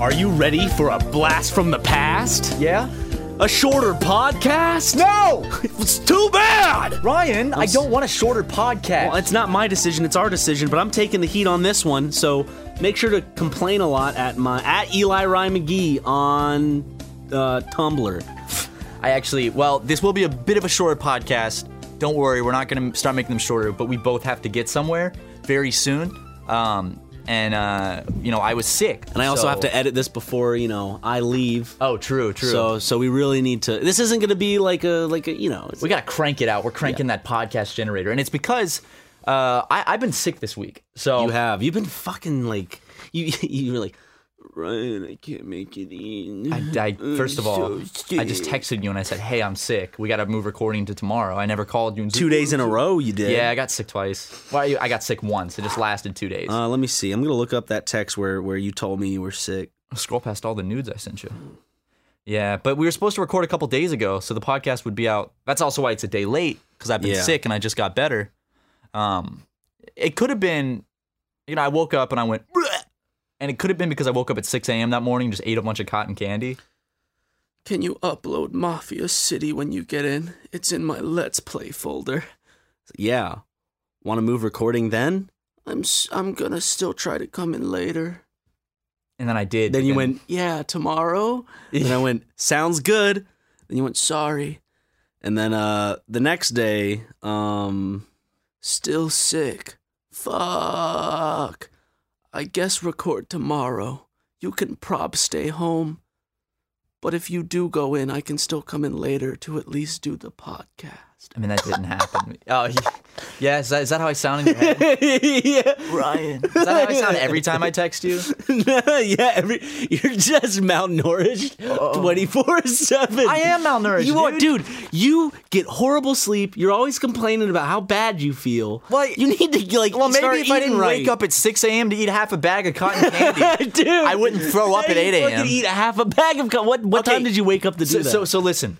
Are you ready for a blast from the past? Yeah? A shorter podcast? No! It's too bad! Ryan, I don't want a shorter podcast. Well, it's not my decision, it's our decision, but I'm taking the heat on this one, so make sure to complain a lot at my at Eli Ryan McGee on uh, Tumblr. I actually, well, this will be a bit of a shorter podcast. Don't worry, we're not going to start making them shorter, but we both have to get somewhere very soon. Um, and, uh, you know, I was sick. And I also so- have to edit this before, you know, I leave. Oh, true, true. So so we really need to this isn't gonna be like a like a you know it's- we got to crank it out. We're cranking that podcast generator. And it's because uh, I, I've been sick this week. So you have. You've been fucking like you you were like Ryan, I can't make it in. I, I- first of all, I just texted you and I said, hey, I'm sick. We got to move recording to tomorrow. I never called you. And two days in a row you did. Yeah, I got sick twice. Why? you I got sick once. It just lasted two days. Uh, let me see. I'm gonna look up that text where where you told me you were sick. scroll past all the nudes I sent you. Yeah, but we were supposed to record a couple days ago, so the podcast would be out. That's also why it's a day late because I've been Yeah. sick and I just got better. Um, it could have been, you know, I woke up and I went, "Bleh," and it could have been because I woke up at 6 a.m. that morning, just ate a bunch of cotton candy. Can you upload Mafia City when you get in? It's in my Let's Play folder. Yeah. Want to move recording then? I'm s- I'm gonna still try to come in later. And then I did. Then you and- went. Yeah, tomorrow. Then I went. Sounds good. And you went sorry, And then uh the next day, um, still sick. Fuck. I guess record tomorrow. You can prob stay home. But if you do go in, I can still come in later to at least do the podcast. I mean, that didn't happen. oh, yeah. yeah is, that, is that how I sound in your head? yeah, Ryan. Is that how I sound every time I text you? yeah. Every, you're just malnourished twenty four seven. I am malnourished. You are, dude. dude. You get horrible sleep. You're always complaining about how bad you feel. Well, you need to like. Well, start maybe if I eating didn't right. wake up at 6 a.m. to eat half a bag of cotton candy, dude. I wouldn't throw up How at do you 8 a.m. Fucking eat a half a bag of co- what? What Okay, time did you wake up to do So, that? so, so listen,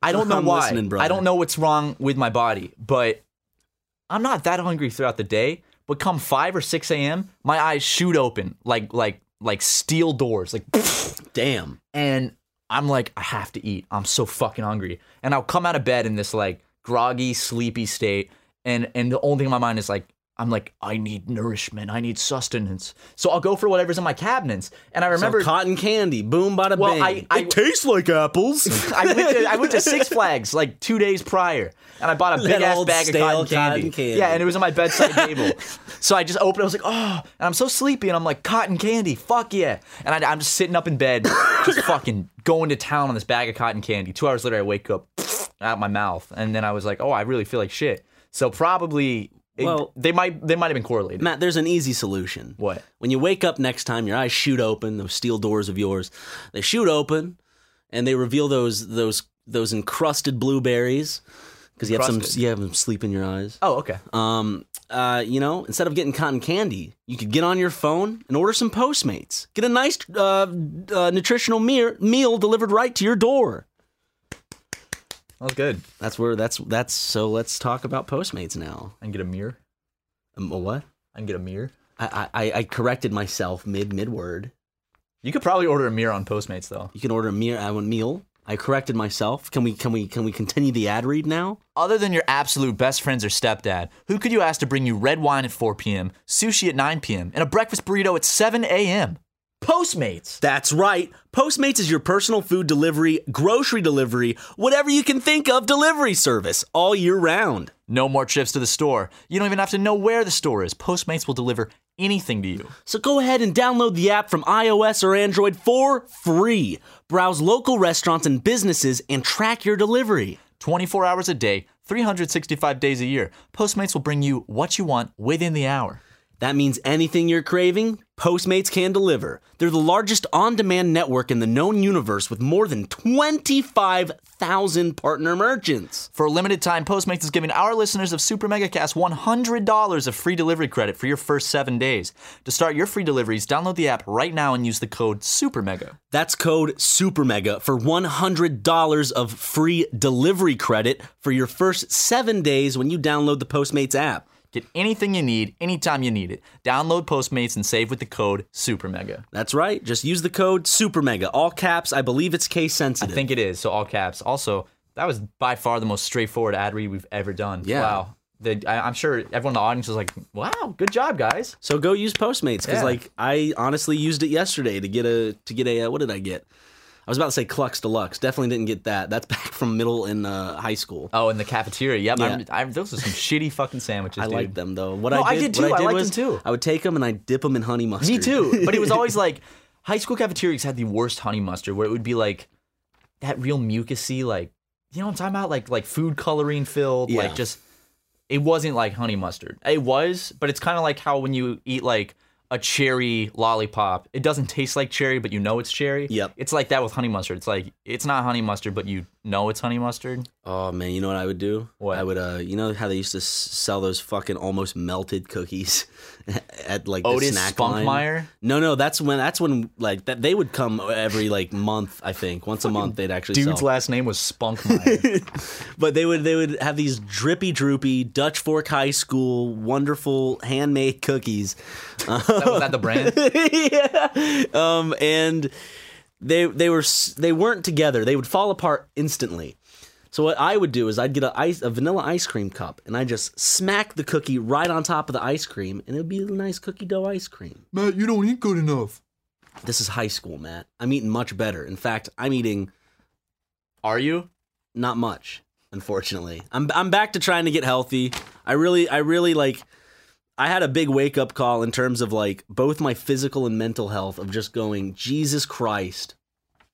I don't know I'm why. listening, brother. I don't know what's wrong with my body, but I'm not that hungry throughout the day. But come 5 or 6 a.m., my eyes shoot open like like like steel doors, like, damn. and I'm like, I have to eat. I'm so fucking hungry, and I'll come out of bed in this like groggy, sleepy state, and and the only thing in my mind is like. I'm like, I need nourishment. I need sustenance. So I'll go for whatever's in my cabinets. And I remember so cotton candy. Boom, bada Well, bang. I- I- tastes like apples. I went, to, I went to Six Flags like two days prior, and I bought a That big ass old bag of stale cotton candy. cotton candy. Yeah, and it was on my bedside table. So I just opened. it. I was like, oh, and I'm so sleepy, and I'm like, cotton candy, fuck yeah. And I, I'm just sitting up in bed, just fucking going to town on this bag of cotton candy. Two hours later, I wake up out my mouth, and then I was like, oh, I really feel like shit. So probably, it- Well- they might they might have been correlated. Matt, there's an easy solution. What? When you wake up next time, your eyes shoot open. Those steel doors of yours, they shoot open, and they reveal those those those encrusted blueberries. Because you have some, Encrusted? you have some sleep in your eyes. Oh, okay. Um, uh, you know, instead of getting cotton candy, you could get on your phone and order some Postmates. Get a nice uh, uh, nutritional meal meal delivered right to your door. That was good. That's where that's that's. So let's talk about Postmates now. I can get a mirror. Um, what? I can get a mirror. I, I, I corrected myself mid mid word. You could probably order a mirror on Postmates though. You can order a meal. I want meal. I corrected myself. Can we can we can we continue the ad read now? Other than your absolute best friends or stepdad, who could you ask to bring you red wine at 4 p.m., sushi at 9 p.m., and a breakfast burrito at 7 a.m.? Postmates! That's right. Postmates is your personal food delivery, grocery delivery, whatever you can think of delivery service all year round. No more trips to the store. You don't even have to know where the store is. Postmates will deliver anything to you. So go ahead and download the app from iOS or Android for free. Browse local restaurants and businesses and track your delivery. 24 hours a day, 365 days a year. Postmates will bring you what you want within the hour. That means anything you're craving, Postmates can deliver. They're the largest on demand network in the known universe with more than 25,000 partner merchants. For a limited time, Postmates is giving our listeners of Super Megacast $100 of free delivery credit for your first seven days. To start your free deliveries, download the app right now and use the code SUPERMEGA. That's code SUPERMEGA for $100 of free delivery credit for your first seven days when you download the Postmates app. Get anything you need anytime you need it. Download Postmates and save with the code SUPERMEGA. That's right. Just use the code SUPERMEGA, all caps. I believe it's case sensitive. I think it is. So all caps. Also, that was by far the most straightforward ad read we've ever done. Yeah. Wow. The, I, I'm sure everyone in the audience was like, "Wow, good job, guys." So go use Postmates because Yeah. like I honestly used it yesterday to get a to get a uh, what did I get? I was about to say Clux Deluxe. Definitely didn't get that. That's back from middle and uh, high school. Oh, in the cafeteria. Yep. Yeah. I'm, I'm, those are some shitty fucking sandwiches. I dude. liked them though. What No, I I did, did what too. I did liked was them too. I would take them and I would dip them in honey mustard. Me too. But it was always like high school cafeterias had the worst honey mustard, where it would be like that real mucusy, like you know what I'm talking about, like like food coloring filled, Yeah. like just it wasn't like honey mustard. It was, but it's kind of like how when you eat like a cherry lollipop, it doesn't taste like cherry, but you know it's cherry. Yep. It's like that with honey mustard. It's like it's not honey mustard, but you know it's honey mustard. Oh man, you know what I would do? What? I would uh, you know how they used to s- sell those fucking almost melted cookies at like Otis the snack line. Spunkmeyer. No, no, that's when that's when like that they would come every like month. I think once a month they'd actually sell. Dude's last name was Spunkmeyer. But they would they would have these drippy droopy Dutch Fork High School wonderful handmade cookies. that, was that the brand? yeah. Um and they they were s- they weren't together. They would fall apart instantly. So what I would do is I'd get a ice a vanilla ice cream cup and I just smack the cookie right on top of the ice cream and it would be a nice cookie dough ice cream. Matt, you don't eat good enough. This is high school, Matt. I'm eating much better. In fact, I'm eating Are you? not much unfortunately i'm i'm back to trying to get healthy i really i really like i had a big wake up call in terms of like both my physical and mental health of just going jesus christ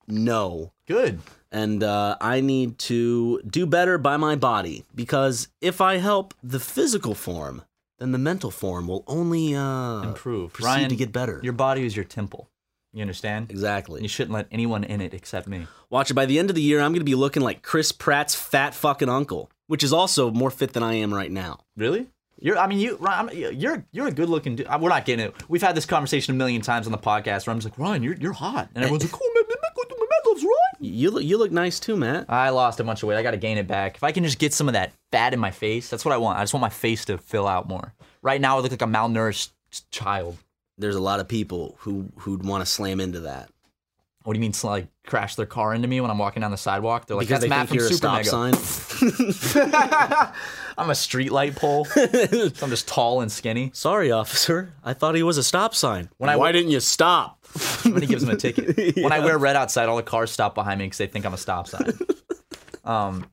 no Good. and uh, i need to do better by my body because if i help the physical form then the mental form will only uh, improve. proceed to get better Your body is your temple. You understand? exactly You shouldn't let anyone in it except me. Watch it. By the end of the year, I'm going to be looking like Chris Pratt's fat fucking uncle, which is also more fit than I am right now. Really? You're. I mean, you. Ryan, I'm- you're. You're a good looking dude. We're not getting it. We've had this conversation a million times on the podcast. Where I'm just like, Ryan, you're. You're hot, and everyone's like, Oh, my, my, my, my man loves Ryan. You look, you look nice too, Matt. I lost a bunch of weight. I got to gain it back. If I can just get some of that fat in my face, that's what I want. I just want my face to fill out more. Right now, I look like a malnourished child. There's a lot of people who who'd want to slam into that What do you mean, sl- like crash their car into me when I'm walking down the sidewalk? They're like, because "That's they Matt think from you're a Super stop sign. Mega." I'm a streetlight pole. so I'm just tall and skinny. Sorry, officer. I thought he was a stop sign. When I Why wa- didn't you stop? Somebody gives him a ticket. When I wear red outside, all the cars stop behind me because they think I'm a stop sign. Um,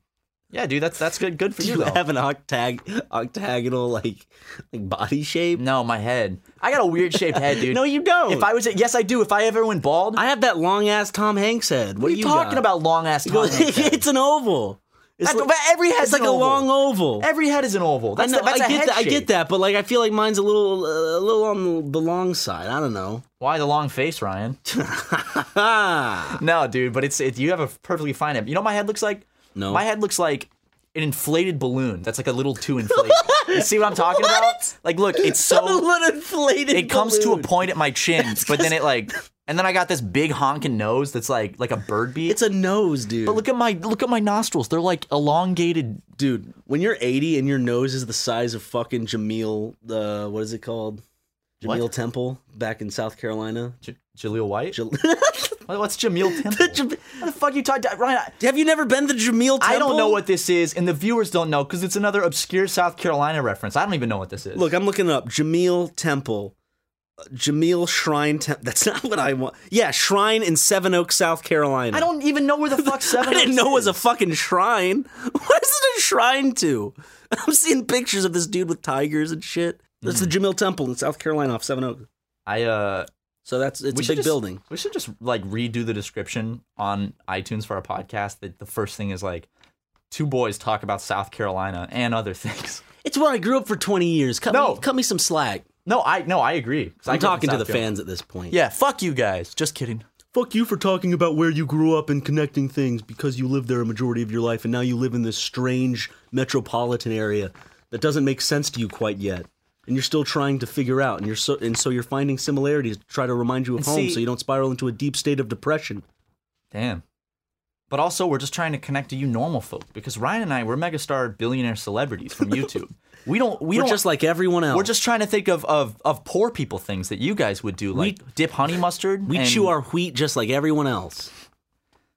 yeah, dude, that's that's good. Good for Do you you though. have an octag- octagonal like like body shape? no, my head. I got a weird shaped head, dude. No, you don't. If I was, yes, I do. If I ever went bald, I have that long ass Tom Hanks head. What, what are do you, talking got? about? Long ass Tom Hanks head? it's an oval. It's That's- like, but every head's it's like an a oval. long oval. Every head is an oval. That's I know, the- that's I a get head that. I shape. get that, but like, I feel like mine's a little, uh, a little on the long side. I don't know. Why the long face, Ryan? Ah, No, dude, but it's it, you have a perfectly fine head. You know what my head looks like? No. My head looks like an inflated balloon. That's like a little too inflated. you see what I'm talking about? Like look, it's so what inflated. it comes to a balloon. point at my chin, but then it like and then I got this big honking nose that's like like a bird beak. It's a nose, dude. but look at my look at my nostrils. They're like elongated. dude, when you're 80 and your nose is the size of fucking Jameel, uh, what is it called? What? Jameel Temple back in South Carolina. J- Jaleel White? Jal- What- What's Jameel Temple? Jam- what the fuck you talking Ryan? I- Have you never been to Jameel Temple? I don't know what this is, and the viewers don't know because it's another obscure South Carolina reference. I don't even know what this is. Look, I'm looking it up. Jameel Temple. Uh, Jameel Shrine Temple. That's not what I want. Yeah, Shrine in Seven Oaks, South Carolina. I don't even know where the fuck seven. I didn't Oaks know it was is. a fucking shrine. What is it a shrine to? I'm seeing pictures of this dude with tigers and shit. That's the Hmm. Jamil Temple in South Carolina off Seven Oaks. I uh, So that's it's we a should big just- building. We should just like redo the description on iTunes for our podcast. That the first thing is like two boys talk about South Carolina and other things. It's where I grew up for 20 years. Cut, No. me, cut me some slack. No, I no, I agree. 'cause I I'm grew up in talking to South the Carolina. fans at this point. Yeah, fuck you guys. Just kidding. Fuck you for talking about where you grew up and connecting things because you lived there a majority of your life and now you live in this strange metropolitan area that doesn't make sense to you quite yet. And you're still trying to figure out and you're so and so you're finding similarities to try to remind you of And home see- so you don't spiral into a deep state of depression. Damn. but also we're just trying to connect to you normal folk because Ryan and I we're megastar billionaire celebrities from YouTube. we don't we We're don't just like everyone else. we're just trying to think of, of of poor people things that you guys would do like dip honey mustard. we and chew our wheat just like everyone else.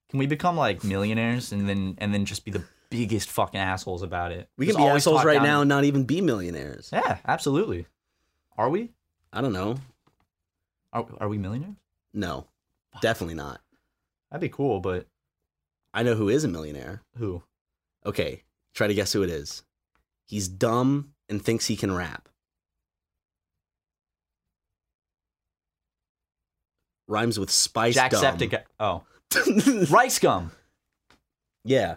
Can we become like millionaires and then and then just be the biggest fucking assholes about it? We can Just be always assholes talk right down- now and not even be millionaires. Yeah, absolutely. Are we? I don't know. Are, are we millionaires? No, definitely not. That'd be cool, but I know who is a millionaire. who? Okay, try to guess who it is. He's dumb and thinks he can rap. Rhymes with spice. dumb. Jacksepticeye. Oh, rice gum. yeah.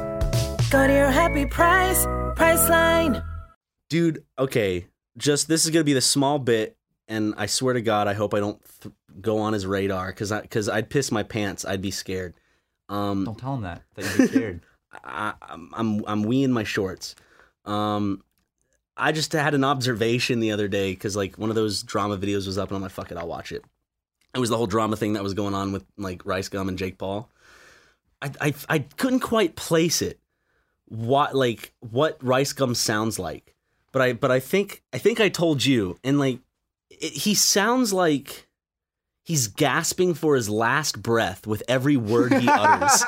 Go to your happy price, Priceline. dude okay just this is gonna be the small bit and i swear to god i hope i don't th- go on his radar because i because i'd piss my pants i'd be scared um Don't tell him that. That you'd be scared. I, i'm i'm, I'm weeing my shorts um i just had an observation the other day because like one of those drama videos was up and i'm like fuck it i'll watch it it was the whole drama thing that was going on with like rice gum and jake paul i i, I couldn't quite place it what like what rice gum sounds like but i but i think i think i told you and like it, he sounds like he's gasping for his last breath with every word he utters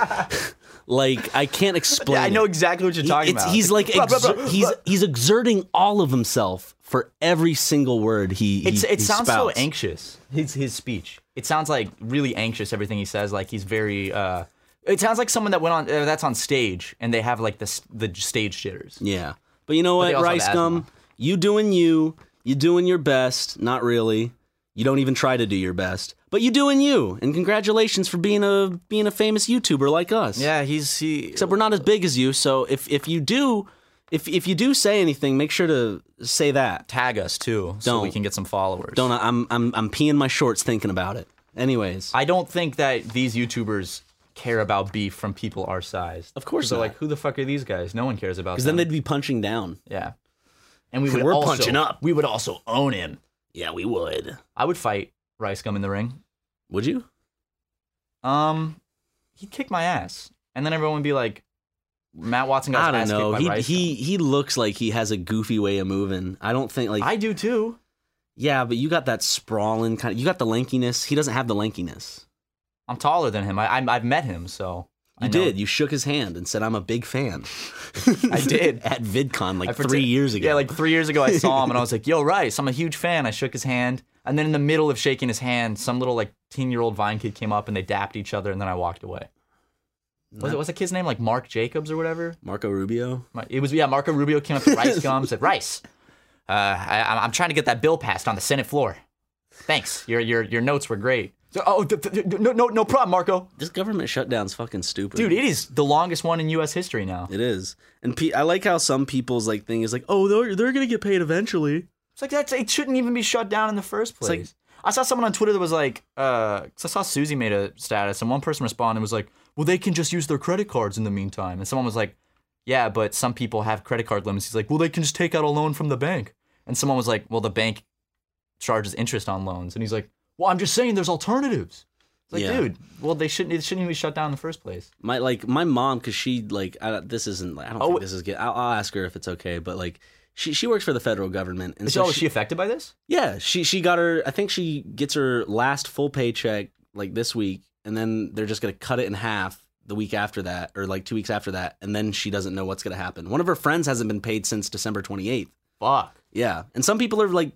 like i can't explain I know it. exactly what you're He- talking it's- about. He's like Blah, blah, exer- blah, he's blah. he's exerting all of himself for every single word he. he- It's, it he sounds spouts. so anxious. His his speech. It sounds like really anxious. Everything he says, like he's very. uh It sounds like someone that went on uh, that's on stage and they have like the s- the stage jitters. Yeah, but you know they what, also have Rice Gum, you doing you, you doing your best. Not really. You don't even try to do your best, but you doing you. And congratulations for being a being a famous YouTuber like us. Yeah, he's he. Except we're not as big as you, so if if you do, if if you do say anything, make sure to say that. tag us too, so we Don't. can get some followers. Don't I- I'm I'm I'm peeing my shorts thinking about it. Anyways, I don't think that these YouTubers care about beef from people our size. Of course they're not. like, who the fuck are these guys? No one cares about. because then they'd be punching down. yeah, and we would We're also- punching up. We would also own him. Yeah, we would. I would fight Rice Gum in the ring. Would you? Um, he'd kick my ass, and then everyone would be like, Matt Watson got I his don't ass know. kicked He by Rice. he he looks like he has a goofy way of moving. I don't think like Gum. I do too. yeah, but you got that sprawling kind. Of, you got the lankiness. He doesn't have the lankiness. I'm taller than him. I, I I've met him, so I You know. did. You shook his hand and said, "I'm a big fan." I did. at VidCon like I forget- three years ago. Yeah, like three years ago, I saw him and I was like, "Yo, Rice, I'm a huge fan." I shook his hand, and then in the middle of shaking his hand, some little like ten year old Vine kid came up and they dapped each other, and then I walked away. Was it was the kid's name like Mark Jacobs or whatever? Marco Rubio. My- It was yeah. Marco Rubio came up to Rice Gum and said, "Rice, uh, I, I'm- I'm trying to get that bill passed on the Senate floor. Thanks, your your your notes were great." So, oh, th- th- th- no no no problem, Marco. This government shutdown's fucking stupid, Dude, it is the longest one in U.S. history now. it is. And P- I like how some people's like thing is like, "Oh, they're they're gonna get paid eventually." It's like that's it shouldn't even be shut down in the first place. like- I saw someone on Twitter that was like, uh, 'cause I saw Susie made a status, and one person responded and was like, "Well, they can just use their credit cards in the meantime." And someone was like, "Yeah, but some people have credit card limits." He's like, "Well, they can just take out a loan from the bank." And someone was like, "Well, the bank charges interest on loans." And he's like, "Well, I'm just saying, there's alternatives." It's like, Yeah. dude, well, they shouldn't. It shouldn't even be shut down in the first place. my like my mom because she like I, don't- this isn't like I don't Oh. think this is good. I'll, I'll ask her if it's okay, but like she she works for the federal government and Is so oh, is she affected by this? yeah she she got her I think she gets her last full paycheck like this week and then they're just gonna cut it in half the week after that or like two weeks after that and then she doesn't know what's gonna happen. One of her friends hasn't been paid since December twenty eighth. Fuck. Yeah, and some people are like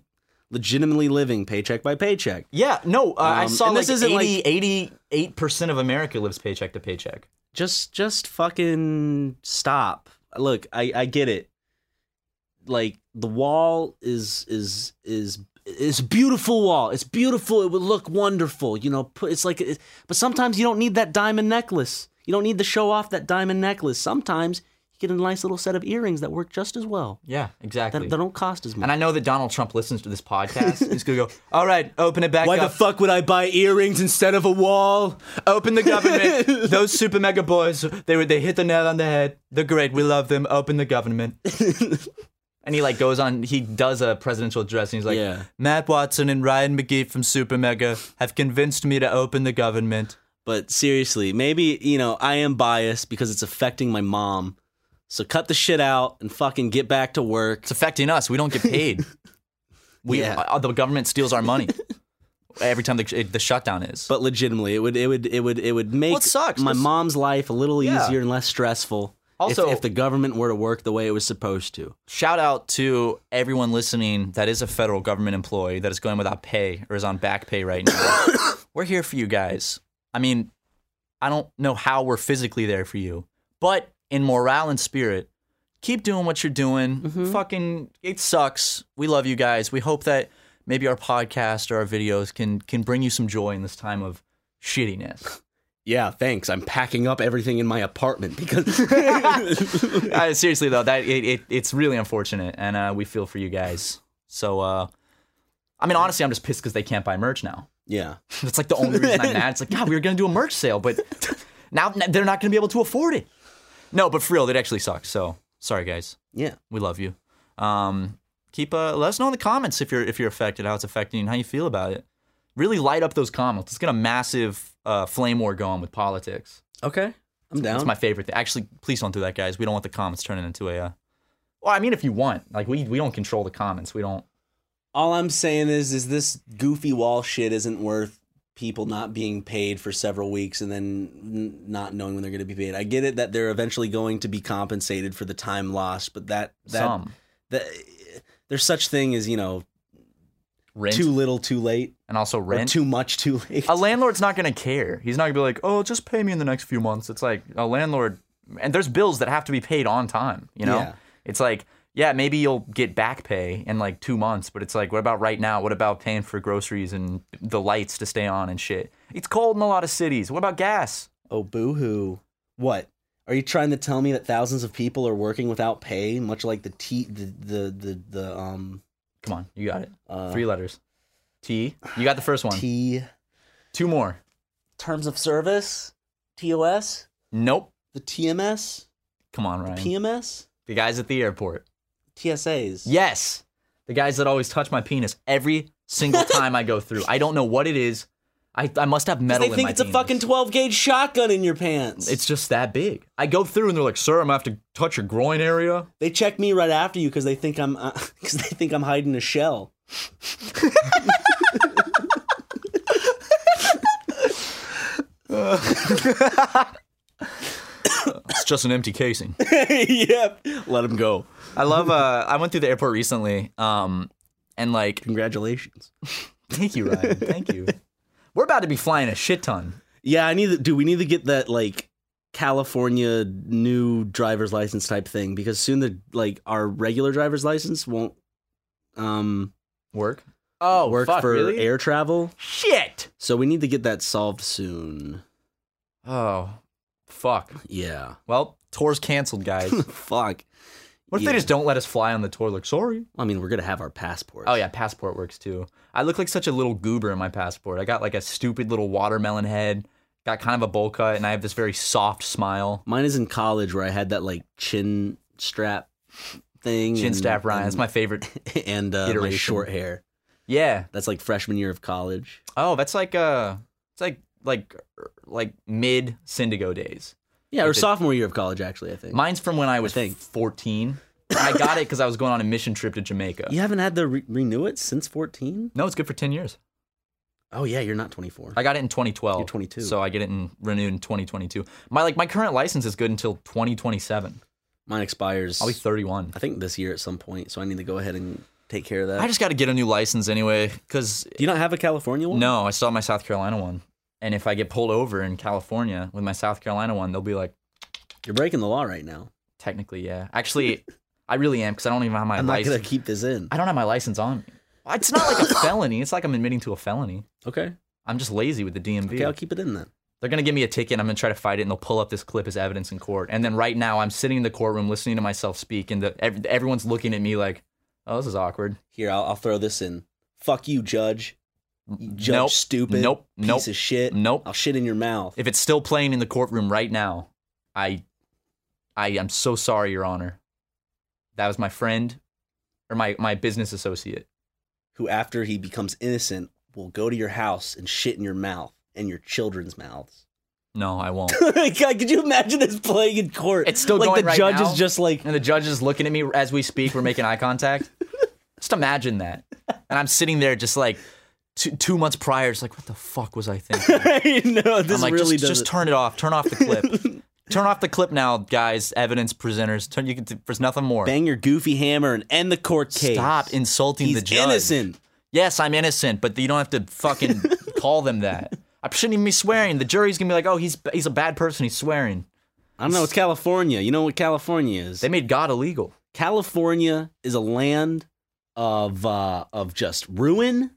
legitimately living paycheck by paycheck. Yeah, no, uh, I Um, saw and like this isn't, like- 80, 88% of America lives paycheck to paycheck. just just fucking stop look i i get it like the wall is is is it's a beautiful wall it's beautiful it would look wonderful you know put it's like it, but sometimes you don't need that diamond necklace You don't need to show off that diamond necklace. Sometimes you get a nice little set of earrings that work just as well. Yeah, exactly. That, that don't cost as much. and I know that Donald Trump listens to this podcast. He's gonna go, all right, open it back Why up. the fuck would I buy earrings instead of a wall? Open the government. Those super mega boys, they were they hit the nail on the head. They're great. We love them. Open the government. and he like goes on. He does a presidential address, and he's like, Yeah. Matt Watson and Ryan McGee from Super Mega have convinced me to open the government. But seriously, maybe, you know, I am biased because it's affecting my mom. So cut the shit out and fucking get back to work. It's affecting us. We don't get paid. We Yeah. uh, the government steals our money every time the, the shutdown is. But legitimately, it would it would it would it would make it sucks. my This- mom's life a little Yeah. easier and less stressful. if- Also- if, the government were to work the way it was supposed to, shout out to everyone listening that is a federal government employee that is going without pay or is on back pay right now. we're here for you guys. I mean, I don't know how we're physically there for you, but in morale and spirit, keep doing what you're doing. Fucking, it sucks. We love you guys. We hope that maybe our podcast or our videos can can bring you some joy in this time of shittiness. yeah, thanks. I'm packing up everything in my apartment because Uh, seriously though, that it, it it's really unfortunate, and uh, we feel for you guys. So, uh, I mean, honestly, I'm just pissed because they can't buy merch now. yeah, That's like the only reason I'm mad. It's like, God, we were gonna do a merch sale, but now they're not gonna be able to afford it. No, but for real, that actually sucks. So, sorry guys, yeah. we love you. Um, keep uh, let us know in the comments if you're if you're affected, how it's affecting, you, and how you feel about it. Really light up those comments. Let's get a massive uh, flame war going with politics. Okay, I'm down. That's my favorite thing. Actually, please don't do that, guys. We don't want the comments turning into a. Uh... Well, I mean, if you want, like we we don't control the comments. We don't. All I'm saying is, is this goofy wall shit isn't worth people not being paid for several weeks and then n- not knowing when they're going to be paid. I get it that they're eventually going to be compensated for the time lost, but that that, Some. that there's such thing as you know Rent too little, too late, and also or rent. too much, too late. a landlord's not gonna care. He's not gonna be like, oh, just pay me in the next few months. It's like a landlord, and there's bills that have to be paid on time. You know, Yeah. it's like. Yeah, maybe you'll get back pay in like two months, but it's like, what about right now? What about paying for groceries and the lights to stay on and shit? It's cold in a lot of cities. What about gas? Oh, boo hoo. What? Are you trying to tell me that thousands of people are working without pay, much like the T, the, the, the, the um, Come on, you got it. Uh, Three letters. T. You got the first one. T Two more. terms of service? TOS? Nope. The TMS? Come on, Ryan. PMS? the guys at the airport. TSAs? Yes. The guys that always touch my penis every single time I go through. I don't know what it is. I, I must have 'Cause metal They in think my it's a penis. fucking 12 gauge shotgun in your pants. It's just that big. I go through and they're like, "Sir, I'm gonna have to touch your groin area." they check me right after you because they think I'm because they think I'm hiding a shell. It's just an empty casing. yep. Let him go. I love. Uh, I went through the airport recently, um, and like, Congratulations. thank you, Ryan. Thank you. We're about to be flying a shit ton. Yeah, I need. To, do we need to get that like California new driver's license type thing? Because soon the like our regular driver's license won't um Work. Oh, work fuck, for really? air travel. shit. So we need to get that solved soon. Oh, fuck. Yeah. Well, tour's canceled, guys. what Fuck. if Yeah. they just don't let us fly on the tour? Like, sorry. I mean, we're gonna have our passports. Oh yeah, passport works too. I look like such a little goober in my passport. I got like a stupid little watermelon head, got kind of a bowl cut, and I have this very soft smile. Mine is in college where I had that like chin strap thing. Chin and- strap Ryan. That's and- my favorite. and uh, my iteration. short hair. Yeah. That's like freshman year of college. Oh, that's like uh it's like like like mid Syndigo days. Yeah, or If it- sophomore year of college actually. I think. Mine's from when I was think. fourteen. And I got it because I was going on a mission trip to Jamaica. you haven't had the re- renew it since fourteen. No, it's good for ten years. Oh yeah, you're not 24. I got it in 2012. You're 22. So I get it in renewed in 2022. My like my current license is good until 2027. Mine expires. I'll be 31. I think this year at some point, so I need to go ahead and take care of that. I just got to get a new license anyway cuz Do you not have a California one? no, I still have my South Carolina one. And if I get pulled over in California with my South Carolina one, they'll be like You're breaking the law right now. technically, yeah. Actually, I really am cuz I don't even have my I'm not license. gonna keep this in. I don't have my license on me. It's not like a felony. It's like I'm admitting to a felony. Okay. I'm just lazy with the DMV. Okay, I'll keep it in then. They're gonna give me a ticket. and I'm gonna try to fight it, and they'll pull up this clip as evidence in court. And then right now, I'm sitting in the courtroom listening to myself speak, and the, ev- everyone's looking at me like, "Oh, this is awkward." Here, I'll, I'll throw this in. Fuck you, judge. You judge Nope. stupid. Nope. Piece Nope. of shit. Nope. I'll shit in your mouth. If it's still playing in the courtroom right now, I, I am so sorry, Your Honor. That was my friend, or my my business associate. who, after he becomes innocent, will go to your house and shit in your mouth and your children's mouths. No, I won't. God, could you imagine this playing in court? It's still like going the right judge now? is just like and the judge is looking at me as we speak. We're making eye contact. Just imagine that. And I'm sitting there just like two, two months prior, just like, what the fuck was I thinking? no, I'm this like, really just, just doesn't. turn it off. Turn off the clip. turn off the clip now, guys. Evidence presenters. Turn. You can. There's nothing more. bang your goofy hammer and end the court case. Stop insulting He's the judge. innocent. Yes, I'm innocent, but you don't have to fucking call them that. I shouldn't even be swearing. The jury's gonna be like, oh, he's he's a bad person. He's swearing. I don't know. It's California. You know what California is? They made God illegal. California is a land of uh, of just ruin,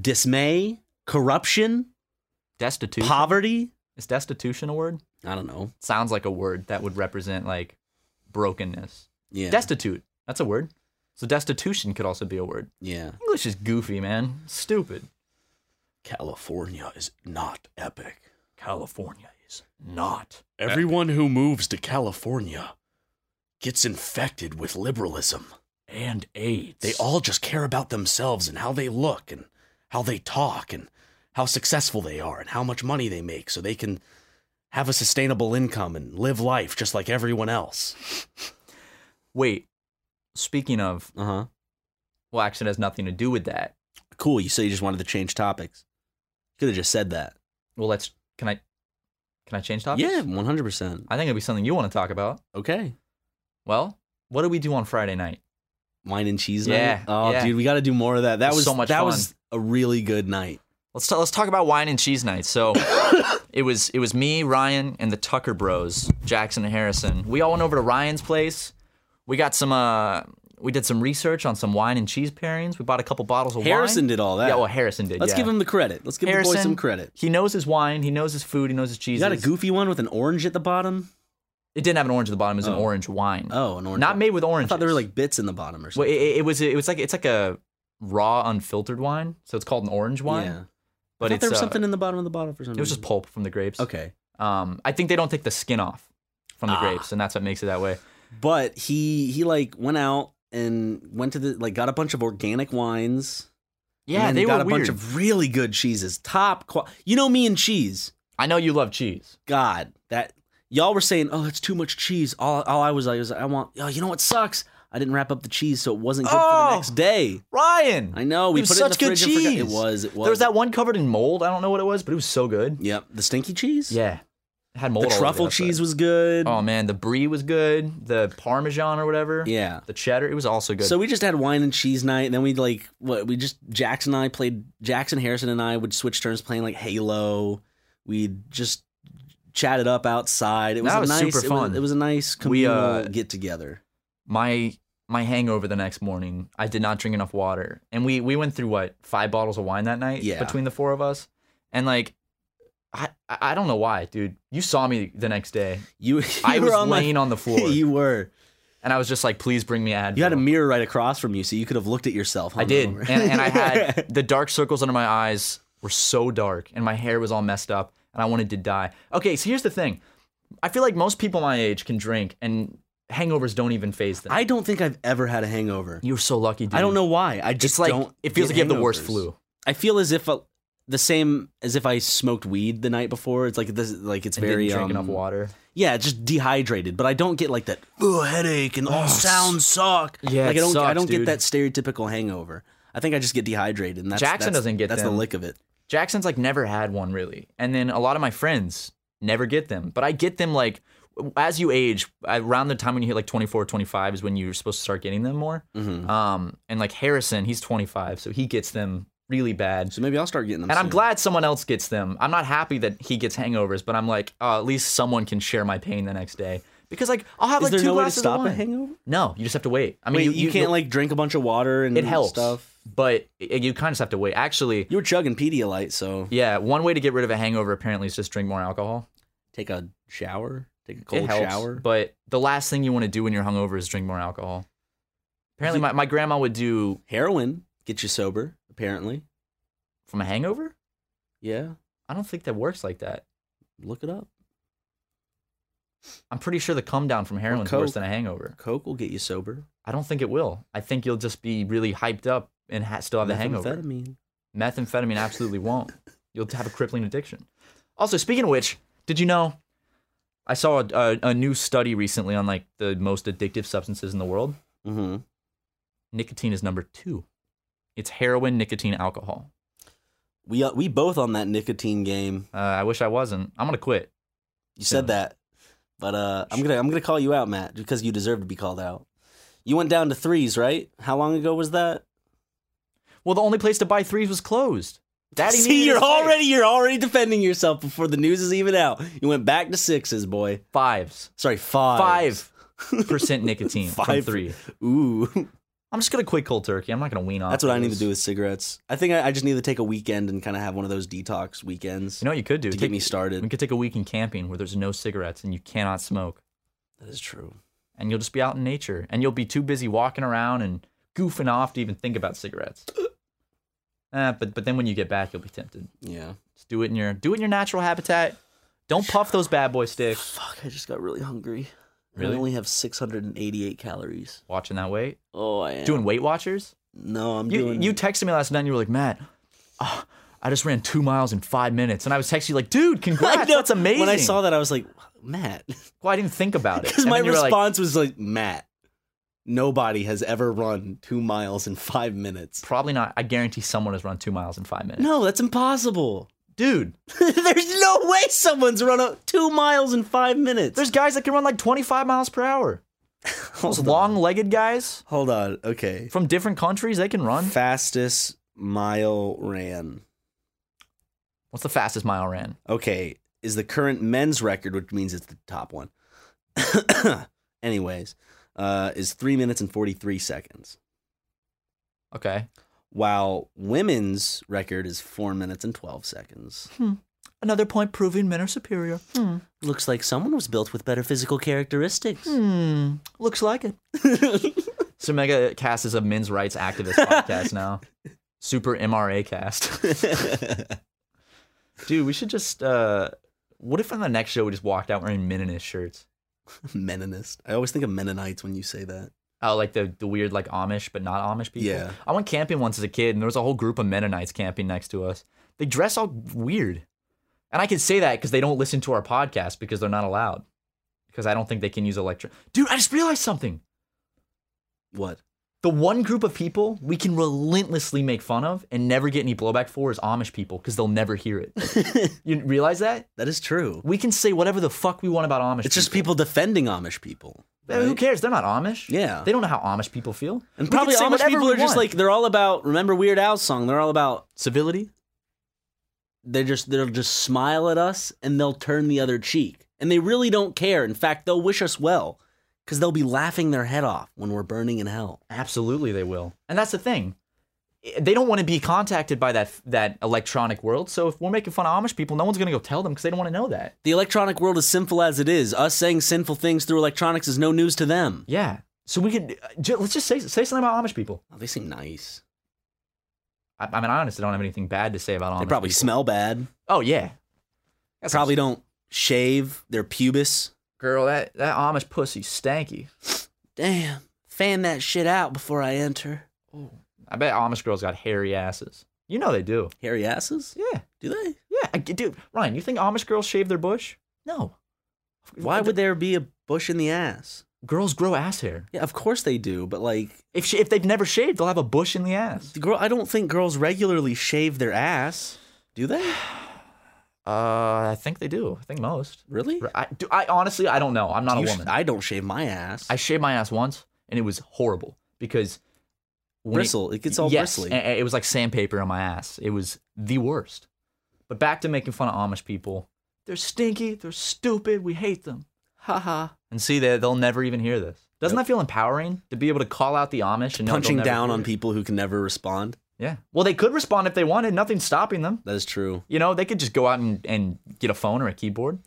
dismay, corruption, Destitution. poverty. Is destitution a word? I don't know. sounds like a word that would represent like brokenness. Yeah, Destitute. That's a word. So destitution could also be a word. yeah. English is goofy, man. Stupid. California is not epic. California is not. Everyone who moves to California gets infected with liberalism. And AIDS. They all just care about themselves and how they look and how they talk and how successful they are and how much money they make so they can have a sustainable income and live life just like everyone else. Wait. Speaking of, Uh huh. well, actually, it has nothing to do with that. Cool. You say you just wanted to change topics. Could have just said that. Well, let's. Can I? Can I change topics? Yeah, one hundred percent. I think it'd be something you want to talk about. Okay. Well, what do we do on Friday night? Wine and cheese Yeah, night. Oh, yeah. dude, we got to do more of that. That It was was so much That fun. was a really good night. Let's ta- let's talk about wine and cheese night. So it was it was me, Ryan, and the Tucker Bros, Jackson and Harrison. We all went over to Ryan's place. We got some uh we did some research on some wine and cheese pairings. We bought a couple bottles of wine. Harrison did all that. Yeah, well Harrison did. Let's yeah. give him the credit. Let's give Harrison the boy some credit. He knows his wine, he knows his food, he knows his cheese. You got a goofy one with an orange at the bottom. It didn't have an orange at the bottom, it was an Oh. orange wine. Oh, an orange. Not made with I oranges. thought there were like bits in the bottom or well, something. it, it it was it was like it's like a raw unfiltered wine. So it's called an orange wine. Yeah. But I thought it's there was uh, something in the bottom of the bottle for some it was just reason. pulp from the grapes. Okay. Um, I think they don't take the skin off from the Ah. grapes, and that's what makes it that way. But he he like went out and went to the like got a bunch of organic wines. and then he got a bunch of really good cheeses. Top qual you know me and cheese. I know you love cheese. God, that y'all were saying, oh, it's too much cheese. All, all I was like was I want. Oh, you know what sucks? I didn't wrap up the cheese, so it wasn't good for Oh! the next day. Ryan, I know we It was put it in such the good fridge and forgot- cheese. It was. It was. there was that one covered in mold. I don't know what it was, but it was so good. Yep, the stinky cheese. Yeah, it had the mold. all over it, truffle that's cheese it. was good. Oh man, the brie was good. The parmesan or whatever. yeah. the cheddar. It was also good. So we just had wine and cheese night, and then we like what we just Jackson and I played. Jackson Harrison and I would switch turns playing like Halo. We just chatted up outside. It was, That a was nice, super it was- It fun. was, a nice We, communal uh, get together. my my hangover the next morning, I did not drink enough water, and we we went through what five bottles of wine that night Yeah. between the four of us, and like. I, I I don't know why, dude. You saw me the next day. You, you I were was on my- laying on the floor, you were. and I was just like, "Please bring me Advil." You had a mirror right across from you, so you could have looked at yourself. I did, hungover. and, and I had the dark circles under my eyes were so dark, and my hair was all messed up, and I wanted to die. Okay, so here's the thing. I feel like most people my age can drink, and hangovers don't even phase them. I don't think I've ever had a hangover. You're so lucky, dude. I don't know why. I just It's like don't it feels get like you have the worst hangovers. flu. I feel as if uh the same as if I smoked weed the night before. It's like this, like it's And very didn't drink um, enough water. Yeah, it's just dehydrated, but I don't get like that Ugh, headache and all sounds suck. Oh, Yeah, like it I don't I sucks, don't get dude. that stereotypical hangover. I think I just get dehydrated, and that's, Jackson that's- doesn't get that's them. the lick of it. Jackson's like never had one really. And then a lot of my friends never get them, but I get them like as you age, around the time when you hit like 24, 25 is when you're supposed to start getting them more. Mm-hmm. Um, and like Harrison, he's 25, so he gets them really bad. So maybe I'll start getting them. And I'm soon. glad someone else gets them. I'm not happy that he gets hangovers, but I'm like, oh, at least someone can share my pain the next day. Because like I'll have Is like there two no way to glasses of stop a wine. hangover? No, you just have to wait. I mean, Wait, you, you, can't like drink a bunch of water and It helps. stuff. but y- you kind of just have to wait. Actually, You were chugging Pedialyte, so yeah, one way to get rid of a hangover apparently is just drink more alcohol. take a shower, take a It cold helps, shower. But the last thing you want to do when you're hungover is drink more alcohol. Apparently, my, my grandma would do Heroin gets you sober, apparently. from a hangover. Yeah, I don't think that works like that. look it up. I'm pretty sure the come down from heroin's worse Coke. than a hangover. Coke will get you sober. I don't think it will. I think you'll just be really hyped up and ha- still have the hangover. Methamphetamine. Methamphetamine absolutely won't. You'll have a crippling addiction. Also, speaking of which, did you know? I saw a, a, a new study recently on like the most addictive substances in the world. Mm-hmm. Nicotine is number two. It's heroin, nicotine, alcohol. We uh, we both on that nicotine game. Uh, I wish I wasn't. I'm gonna quit. You said that, but uh, I'm gonna I'm gonna call you out, Matt, because you deserve to be called out. You went down to threes, right? How long ago was that? Well, the only place to buy threes was closed. Daddy See, needed you're his threes. already you're already defending yourself before the news is even out. You went back to sixes, boy. fives. Sorry, five. Five percent nicotine from Five. three. Ooh, I'm just gonna quit cold turkey. I'm not gonna wean off. that's what I need to those. do with cigarettes. I think I, I just need to take a weekend and kind of have one of those detox weekends You know what you could do? to Take- get me started. We could take a week in camping where there's no cigarettes and you cannot smoke, That is true. and you'll just be out in nature, and you'll be too busy walking around and goofing off to even think about cigarettes. Eh, but but then when you get back, you'll be tempted. Yeah. Just do it in your do it in your natural habitat. Don't puff those bad boy sticks. Fuck, I just got really hungry. And Really? I only have 688 calories. Watching that weight, Oh, I am. doing Weight Watchers. no, I'm You doing. you texted me last night and you were like, Matt, ah, I just ran two miles in five minutes, and I was texting you like, dude, I congrats, know. that's amazing. When I saw that, I was like, Matt. well, I didn't think about it Because And my then you were like, response was like, Matt, nobody has ever run two miles in five minutes. Probably not. I guarantee someone has run two miles in five minutes. No, that's impossible. Dude, There's no way someone's run up two miles in five minutes. there's guys that can run like 25 miles per hour. Those long legged guys Hold on. Okay. from different countries, they can run. Fastest mile ran. What's the fastest mile ran? okay, is the current men's record, which means it's the top one. Anyways, uh, is three minutes and 43 seconds, Okay. while women's record is four minutes and 12 seconds. Another point proving men are superior. Hmm. Looks like someone was built with better physical characteristics. Hmm. Looks like it. so Mega Cast is a men's rights activist podcast now. Super MRA cast. Dude, we should just uh what if on the next show we just walked out wearing Meninist shirts? Meninist. I always think of Mennonites when you say that. Oh, like the, the weird like Amish but not Amish people. Yeah. I went camping once as a kid, and there was a whole group of Mennonites camping next to us. They dress all weird, and I can say that because they don't listen to our podcast because they're not allowed. Because I don't think they can use electric. Dude, I just realized something. What? The one group of people we can relentlessly make fun of and never get any blowback for is Amish people because they'll never hear it. you realize that? That is true. We can say whatever the fuck we want about Amish. It's just people defending Amish people. I mean, Who cares? They're not Amish. Yeah. They don't know how Amish people feel. And We can probably say Amish whatever people we are just want. like they're all about. Remember Weird Al's song? They're all about civility. they just they'll just smile at us and they'll turn the other cheek and they really don't care in fact they'll wish us well because they'll be laughing their head off when we're burning in hell Absolutely, they will. And that's the thing. They don't want to be contacted by that that electronic world. So if we're making fun of Amish people, no one's going to go tell them because they don't want to know that. the electronic world is sinful as it is us saying sinful things through electronics is no news to them Yeah. So we could uh, ju- let's just say say something about Amish people. oh, they seem nice I, I mean, I honestly don't have anything bad to say about Amish. they probably people. smell bad Oh yeah, probably don't shave their pubis girl, that that Amish pussy's stanky. damn fan that shit out before i enter I bet Amish girls got hairy asses. You know they do. hairy asses Yeah, do they yeah. I, dude, Ryan, you think Amish girls shave their bush? No. why would there be a bush in the ass girls grow ass hair? yeah of course they do but like If she, if they've never shaved, they'll have a bush in the ass. The girl, I don't think girls regularly shave their ass. Do they? Uh, I think they do. I think most. Really? I, do, I honestly, I don't know. I'm not You a sh- woman. I, I don't shave my ass. shaved my ass once, and it was horrible because when Bristle. It gets all yes, bristly. a- a- it was like sandpaper on my ass. It was the worst. But back to making fun of Amish people. They're stinky. They're stupid. We hate them. Haha. And see, they they'll never even hear this. Doesn't that feel empowering to be able to call out the Amish and know they'll punching never down hear on you? people who can never respond. Yeah. Well, they could respond if they wanted. Nothing's stopping them. That is true. You know, they could just go out and, and get a phone or a keyboard.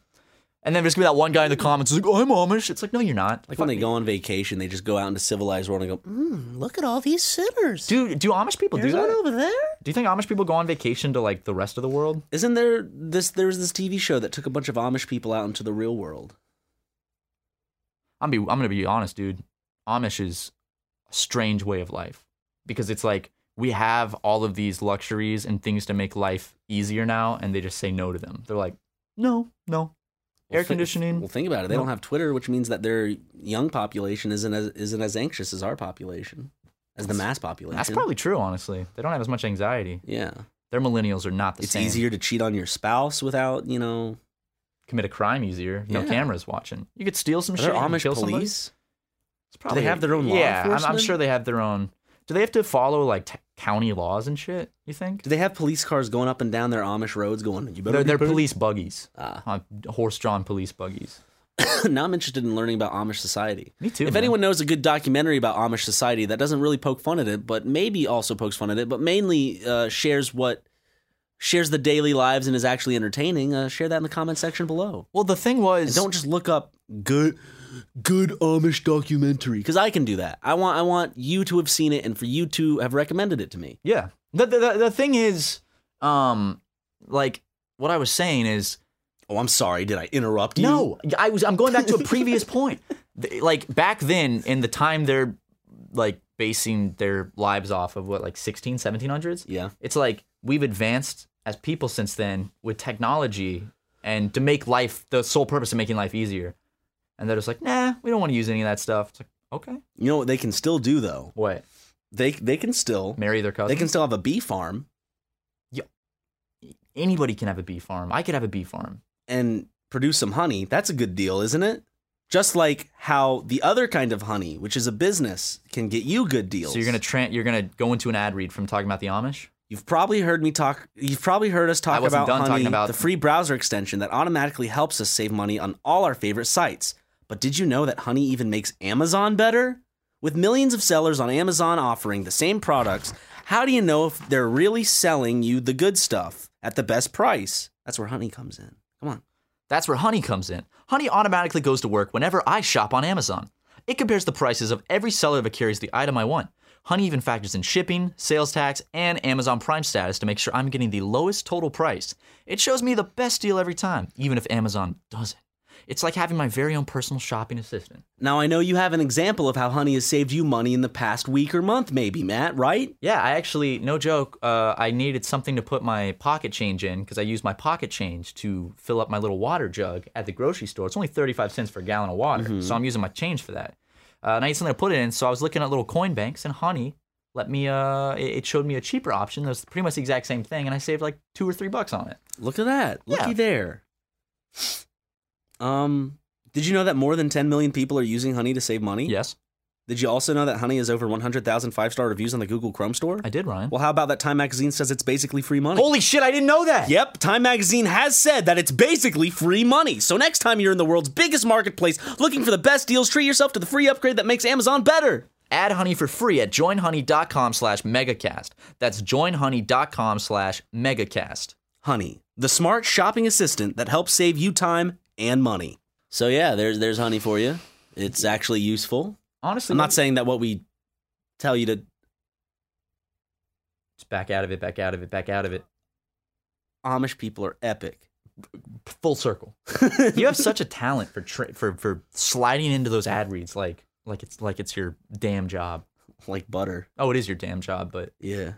And then there's gonna be that one guy in the comments who's like, "Oh, I'm Amish. It's like, no, you're not. Mm. Like when they go on vacation, they just go out into civilized world and go, mm, "Look at all these sinners. Do do Amish people do There's that? one over there." Do you think Amish people go on vacation to like the rest of the world? Isn't there this? There was this TV show that took a bunch of Amish people out into the real world. I'm be I'm gonna be honest, dude. Amish is a strange way of life because it's like we have all of these luxuries and things to make life easier now, and they just say no to them. They're like, no, no, air Well, thi- conditioning. Well, think about it. They No. don't have Twitter, which means that their young population isn't as isn't as anxious as our population, as the mass population. That's probably true, honestly. They don't have as much anxiety. yeah. Their millennials are not the It's same. easier to cheat on your spouse without you know. commit a crime easier. No Yeah. cameras watching. You could steal some Are shit. there you could Amish kill police? somebody. It's Do they have their own law Yeah, I'm- I'm, enforcement? sure they have their own. Do they have to follow like t- county laws and shit? You think? Do they have police cars going up and down their Amish roads going? You better. They're, be they're pretty-" police buggies, Ah. uh, horse-drawn police buggies. now I'm interested in learning about Amish society. Me too, If man. anyone knows a good documentary about Amish society that doesn't really poke fun at it, but maybe also pokes fun at it, but mainly uh, shares what shares the daily lives and is actually entertaining, uh, share that in the comment section below. Well, the thing was, Don't just look up good good Amish documentary because I can do that. I want I want you to have seen it and for you to have recommended it to me. Yeah. The, the the the thing is, um, like what I was saying is, Oh, I'm sorry. Did I interrupt you? No, I was. I'm going back to a previous point. Th- Like back then, in the time they're like basing their lives off of what, like 16, 1700s. Yeah. It's like we've advanced as people since then with technology and to make life the sole purpose of making life easier. And they're just like, nah, we don't want to use any of that stuff. It's like, okay, You know what they can still do though? what? They they can still Marry their cousin. they can still have a bee farm Anybody can have a bee farm. I could have a bee farm. and produce some honey, that's a good deal, isn't it? Just like how the other kind of honey, which is a business, can get you good deals. So you're gonna tra- you're gonna go into an ad read from talking about the Amish. You've probably heard me talk. You've probably heard us talk wasn't about done honey, talking about- the free browser extension that automatically helps us save money on all our favorite sites. But did you know that Honey even makes Amazon better? With millions of sellers on Amazon offering the same products, how do you know if they're really selling you the good stuff at the best price? That's where Honey comes in. Come on. That's where Honey comes in. Honey automatically goes to work whenever I shop on Amazon. It compares the prices of every seller that carries the item I want. Honey even factors in shipping, sales tax, and Amazon Prime status to make sure I'm getting the lowest total price. It shows me the best deal every time, even if Amazon doesn't. It's like having my very own personal shopping assistant. Now I know you have an example of how Honey has saved you money in the past week or month, maybe, Matt, right? Yeah, I actually, no joke, uh, I needed something to put my pocket change in because I use my pocket change to fill up my little water jug at the grocery store. It's only 35 cents for a gallon of water, Mm-hmm. so I'm using my change for that. Uh, and I need something to put it in, so I was looking at little coin banks, and Honey let me, uh, it, it showed me a cheaper option that was pretty much the exact same thing, and I saved like two or three bucks on it. Look at that. Yeah. Looky there. Um, did you know that more than 10 million people are using Honey to save money? Yes, Did you also know that Honey has over 100,000 five-star reviews on the Google Chrome store? I did, Ryan. Well, how about that Time Magazine says it's basically free money? Holy shit, I didn't know that! Yep, Time Magazine has said that it's basically free money. So next time you're in the world's biggest marketplace looking for the best deals, treat yourself to the free upgrade that makes Amazon better. Add Honey for free at joinhoney.com slash megacast. That's joinhoney.com slash megacast. Honey, the smart shopping assistant that helps save you time and money. So yeah, there's there's honey for you. It's actually useful. Honestly, I'm not saying that what we tell you to Just back out of it, back out of it, back out of it. Amish people are epic. Full circle. you have such a talent for tra- for for sliding into those ad reads like like it's like it's your damn job. Like butter. Oh, it is your damn job, but Yeah.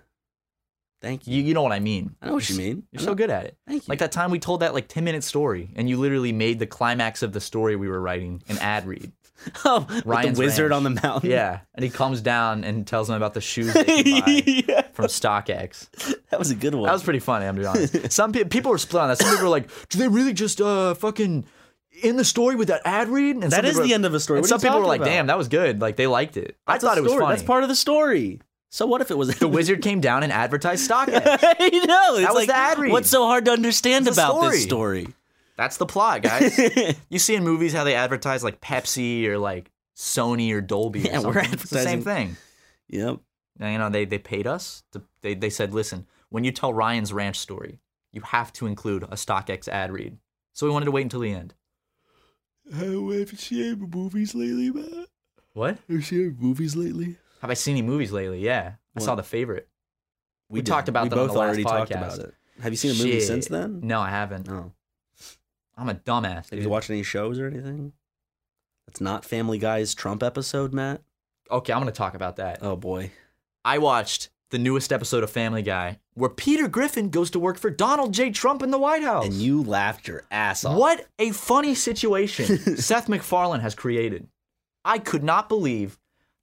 Thank you. you you know what I mean. I know what you mean. You're I so know- good at it. Thank you. Like that time we told that like 10 minute story and you literally made the climax of the story we were writing an ad read. Oh, with Ryan's the wizard Ranch. on the mountain. Yeah. And he comes down and tells them about the shoes they can buy yeah. from StockX. That was a good one. That was pretty funny. I'm to be honest. Some pe- people were split on that. Some people were like, "Do they really just uh fucking end the story with that ad read?" And That some is people were- the end of a story. and What are some you people were talking like, about? "Damn, that was good. Like they liked it." That's I thought a it was story. funny. That's part of the story. So what if it was a the wizard came down and advertised StockX. I know. It's That was like, the ad read. What's so hard to understand It's a about this story? That's the plot, guys. you see in movies how they advertise like Pepsi or like Sony or Dolby. Yeah, or we're something. It's the same advertising- thing. Yep. Now, you know, they they paid us. To, they they said, listen, when you tell Ryan's Ranch story, you have to include a StockX ad read. So we wanted to wait until the end. Have you seen movies lately, man? What? Have you seen movies lately? Have I seen any movies lately? Yeah, I saw What? The Favorite. We, talked about we that on both the last already talked podcast. about it. Have you seen a movie Shit. since then? No, I haven't. No. I'm a dumbass. Have dude. you watched any shows or anything? That's not Family Guy's Trump episode, Matt. Okay, I'm gonna talk about that. Oh boy. I watched the newest episode of Family Guy where Peter Griffin goes to work for Donald J. Trump in the White House. And you laughed your ass off. Oh. What a funny situation Seth MacFarlane has created. I could not believe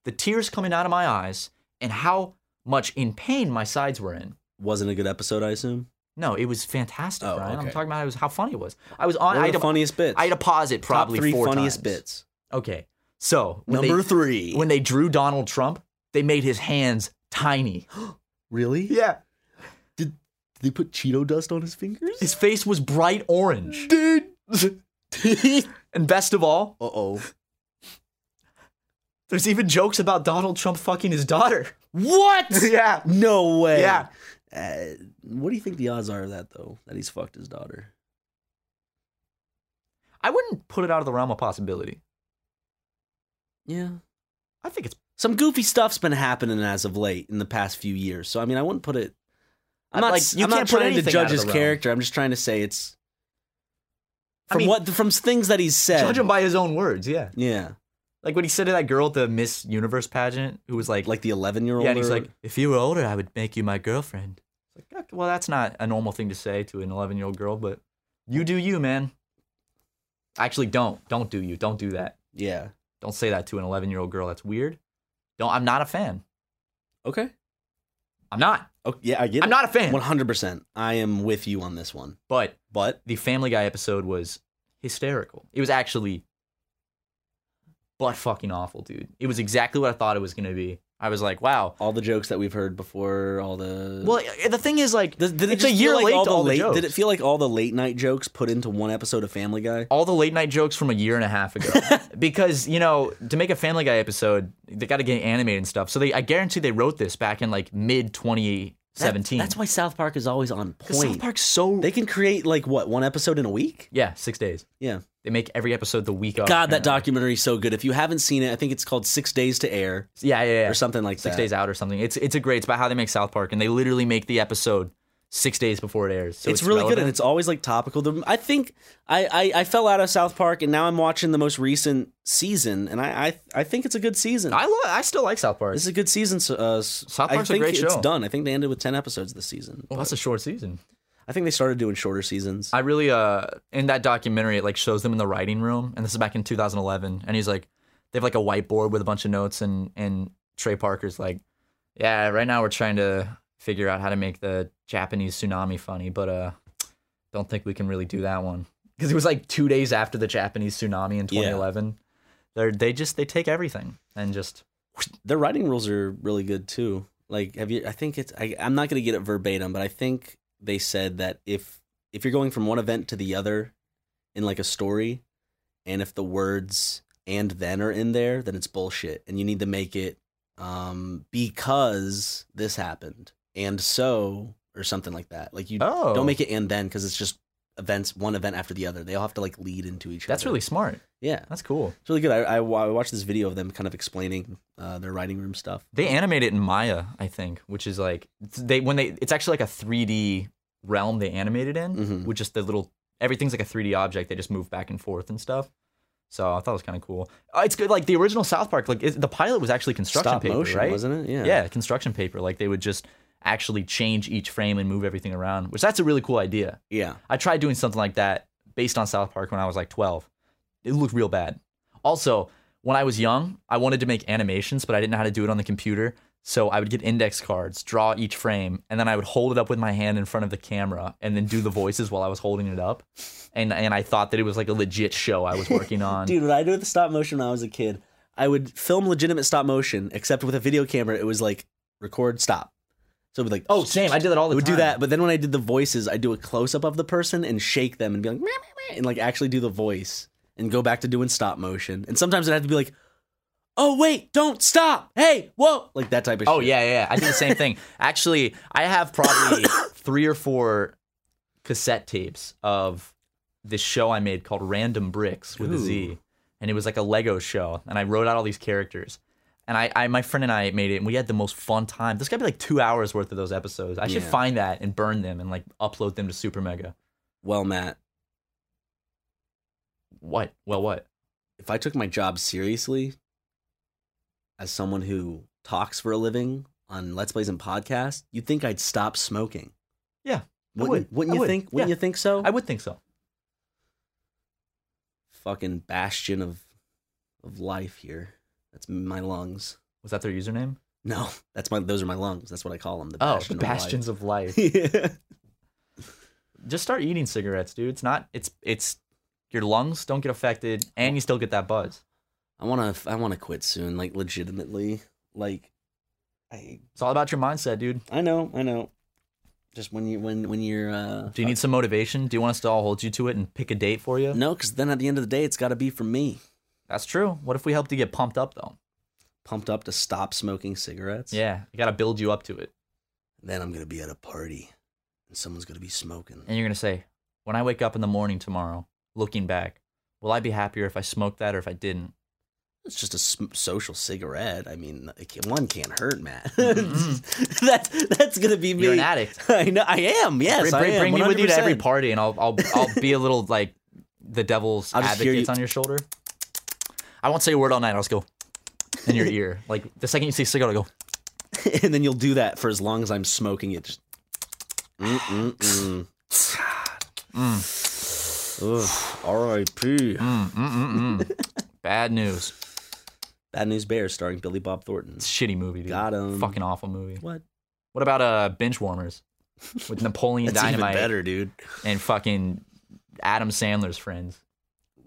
the tears coming out of my eyes and how much in pain my sides were in. Wasn't a good episode, I assume. No, it was fantastic, Oh, Ryan. I'm okay. talking about how, it was, how funny it was. I was on. What I are had, the to, funniest bits? I had to pause it probably Top three four funniest times. bits. Okay, so when Number they, three. when they drew Donald Trump, they made his hands tiny. really? Yeah, Did they put Cheeto dust on his fingers? His face was bright orange. Dude. and best of all, Uh oh. there's even jokes about Donald Trump fucking his daughter. What? Yeah. No way. Yeah. Uh, what do you think the odds are of that though? That he's fucked his daughter. I wouldn't put it out of the realm of possibility. Yeah. I think it's Some goofy stuff's been happening as of late in the past few years. So I mean, I wouldn't put it. I'm not. Like, s- you I'm can't not put trying to anything out judge of his the realm. character. I'm just trying to say it's I from mean- what from things that he's said. judge him by his own words, yeah. yeah, Like what he said to that girl at the Miss Universe pageant who was like, like the 11 year old. Yeah, and he's like, if you were older, I would make you my girlfriend. It's like, okay, well, that's not a normal thing to say to an 11 year old girl, but you do you, man. Actually, don't. Don't do you. Don't do that. yeah, Don't say that to an 11 year old girl. That's weird. Don't. I'm not a fan. okay, I'm not. okay, yeah, I get. I'm not a fan. 100. percent I am with you on this one. But But the Family Guy episode was hysterical. It was actually butt fucking awful, dude. It was exactly what I thought it was gonna be. I was like, wow. all the jokes that we've heard before, all the Well, the thing is, like, Does- did it it's just a year feel like late all to the all the late, jokes. Did it feel like all the late night jokes put into one episode of Family Guy? all the late night jokes from a year and a half ago because you know to make a family guy episode they got to get animated and stuff so they i guarantee they wrote this back in like mid 2017 That's why South Park is always on point. south park's so They can create like what one episode in a week? yeah six days Yeah. they make every episode the week of God, that apparently. documentary is so good. If you haven't seen it, I think it's called Six Days to Air yeah yeah yeah or something like six that. days out or something it's it's a great it's about how they make south park and they literally make the episode six days before it airs so it's, really good, and relevant. it's always like topical. The- I think I, I I fell out of South Park, and now I'm watching the most recent season, and I I, I think it's a good season. i love i still like south park this is a good season. So, uh, s- South Park's I a think great it's show. done. I think they ended with ten episodes this season. well, that's a short season. I think they started doing shorter seasons. I really uh in that documentary it like shows them in the writing room and this is back in 2011 and he's like they have like a whiteboard with a bunch of notes and and Trey Parker's like yeah right now we're trying to figure out how to make the Japanese tsunami funny but uh don't think we can really do that one because it was like 2 days after the Japanese tsunami in Yeah. 2011 they're they just they take everything and just their writing rules are really good too. Like, have you? I think it's. I, I'm not gonna get it verbatim, but I think they said that if if you're going from one event to the other in like a story, and if the words and then are in there, then it's bullshit, and you need to make it um, because this happened and so or something like that. Like you Oh. don't make it and then because it's just events one event after the other. They all have to like lead into each that's other. really smart yeah. that's cool It's really good. I, I, wa- I watched this video of them kind of explaining uh, their writing room stuff. They animate it in Maya, I think, which is like they when they it's actually like a 3D realm they animate it in, Mhm. with just the little everything's like a 3D object. They just move back and forth and stuff. So I thought it was kind of cool. Uh, it's good. Like the original South Park, like it, the pilot was actually construction stop paper, motion, right? wasn't it? Yeah. Yeah, construction paper. Like they would just actually change each frame and move everything around, which that's a really cool idea. Yeah. I tried doing something like that based on South Park when I was like 12. It looked real bad. Also, when I was young, I wanted to make animations, but I didn't know how to do it on the computer. So I would get index cards, draw each frame, and then I would hold it up with my hand in front of the camera and then do the voices while I was holding it up. And and I thought that it was like a legit show I was working on. Dude, what I did with the stop motion when I was a kid, I would film legitimate stop motion, except with a video camera, it was like record, stop. So it would be like, oh, same. I did that all I the would time. do that. But then when I did the voices, I do a close up of the person and shake them and be like, "Meh, meh, meh," and like actually do the voice and go back to doing stop motion. And sometimes I'd have to be like, oh wait, don't stop. Hey, whoa, like that type of Oh shit. yeah, yeah, yeah. I do the same thing. Actually, I have probably three or four cassette tapes of this show I made called Random Bricks with a Z, and it was like a Lego show, and I wrote out all these characters. And I, I, my friend and I made it, and we had the most fun time. There's got to be like two hours worth of those episodes. I should find that and burn them and like upload them to Super Mega. Well, Matt, What? Well, what? if I took my job seriously as someone who talks for a living on Let's Plays and podcasts, you'd think I'd stop smoking. Yeah, I Wouldn't, would. wouldn't I you would. think? Wouldn't Yeah. you think so? I would think so. Fucking bastion of of life here. That's my lungs. Was that their username? No, that's my. Those are my lungs. That's what I call them. The Oh, bastion the Bastions of Life. Of life. Yeah. just start eating cigarettes, dude. It's not. It's it's your lungs don't get affected, and you still get that buzz. I wanna. I wanna quit soon. Like legitimately. Like, I. It's all about your mindset, dude. I know. I know. Just when you when when you're uh Do you need some motivation? Do you want us to all hold you to it and pick a date for you? no, because then at the end of the day, it's got to be for me. That's true. What if we helped you get pumped up though? pumped up to stop smoking cigarettes. Yeah, you gotta build you up to it, Then I'm gonna be at a party and someone's gonna be smoking. and you're gonna say, when I wake up in the morning tomorrow, looking back, will I be happier if I smoked that or if I didn't? It's just a sm- social cigarette. I mean, it can- one can't hurt, Matt. that's that's gonna be me. Mm-hmm. You're an addict. I know. I am. Yes, bring, I am. bring me with you to every 100%. party, and I'll I'll I'll be a little like the devil's I'll just hear advocate you- on your shoulder. I won't say a word all night. I'll just go in your ear. Like the second you see a cigarette, I'll go. and then you'll do that for as long as I'm smoking it. Just. Mm-mm-mm. Mm. R.I.P. Bad news. Bad News Bears starring Billy Bob Thornton. Shitty movie, dude. Got 'em. Fucking awful movie. What? What about uh bench warmers with Napoleon That's Dynamite even better, dude. and fucking Adam Sandler's friends?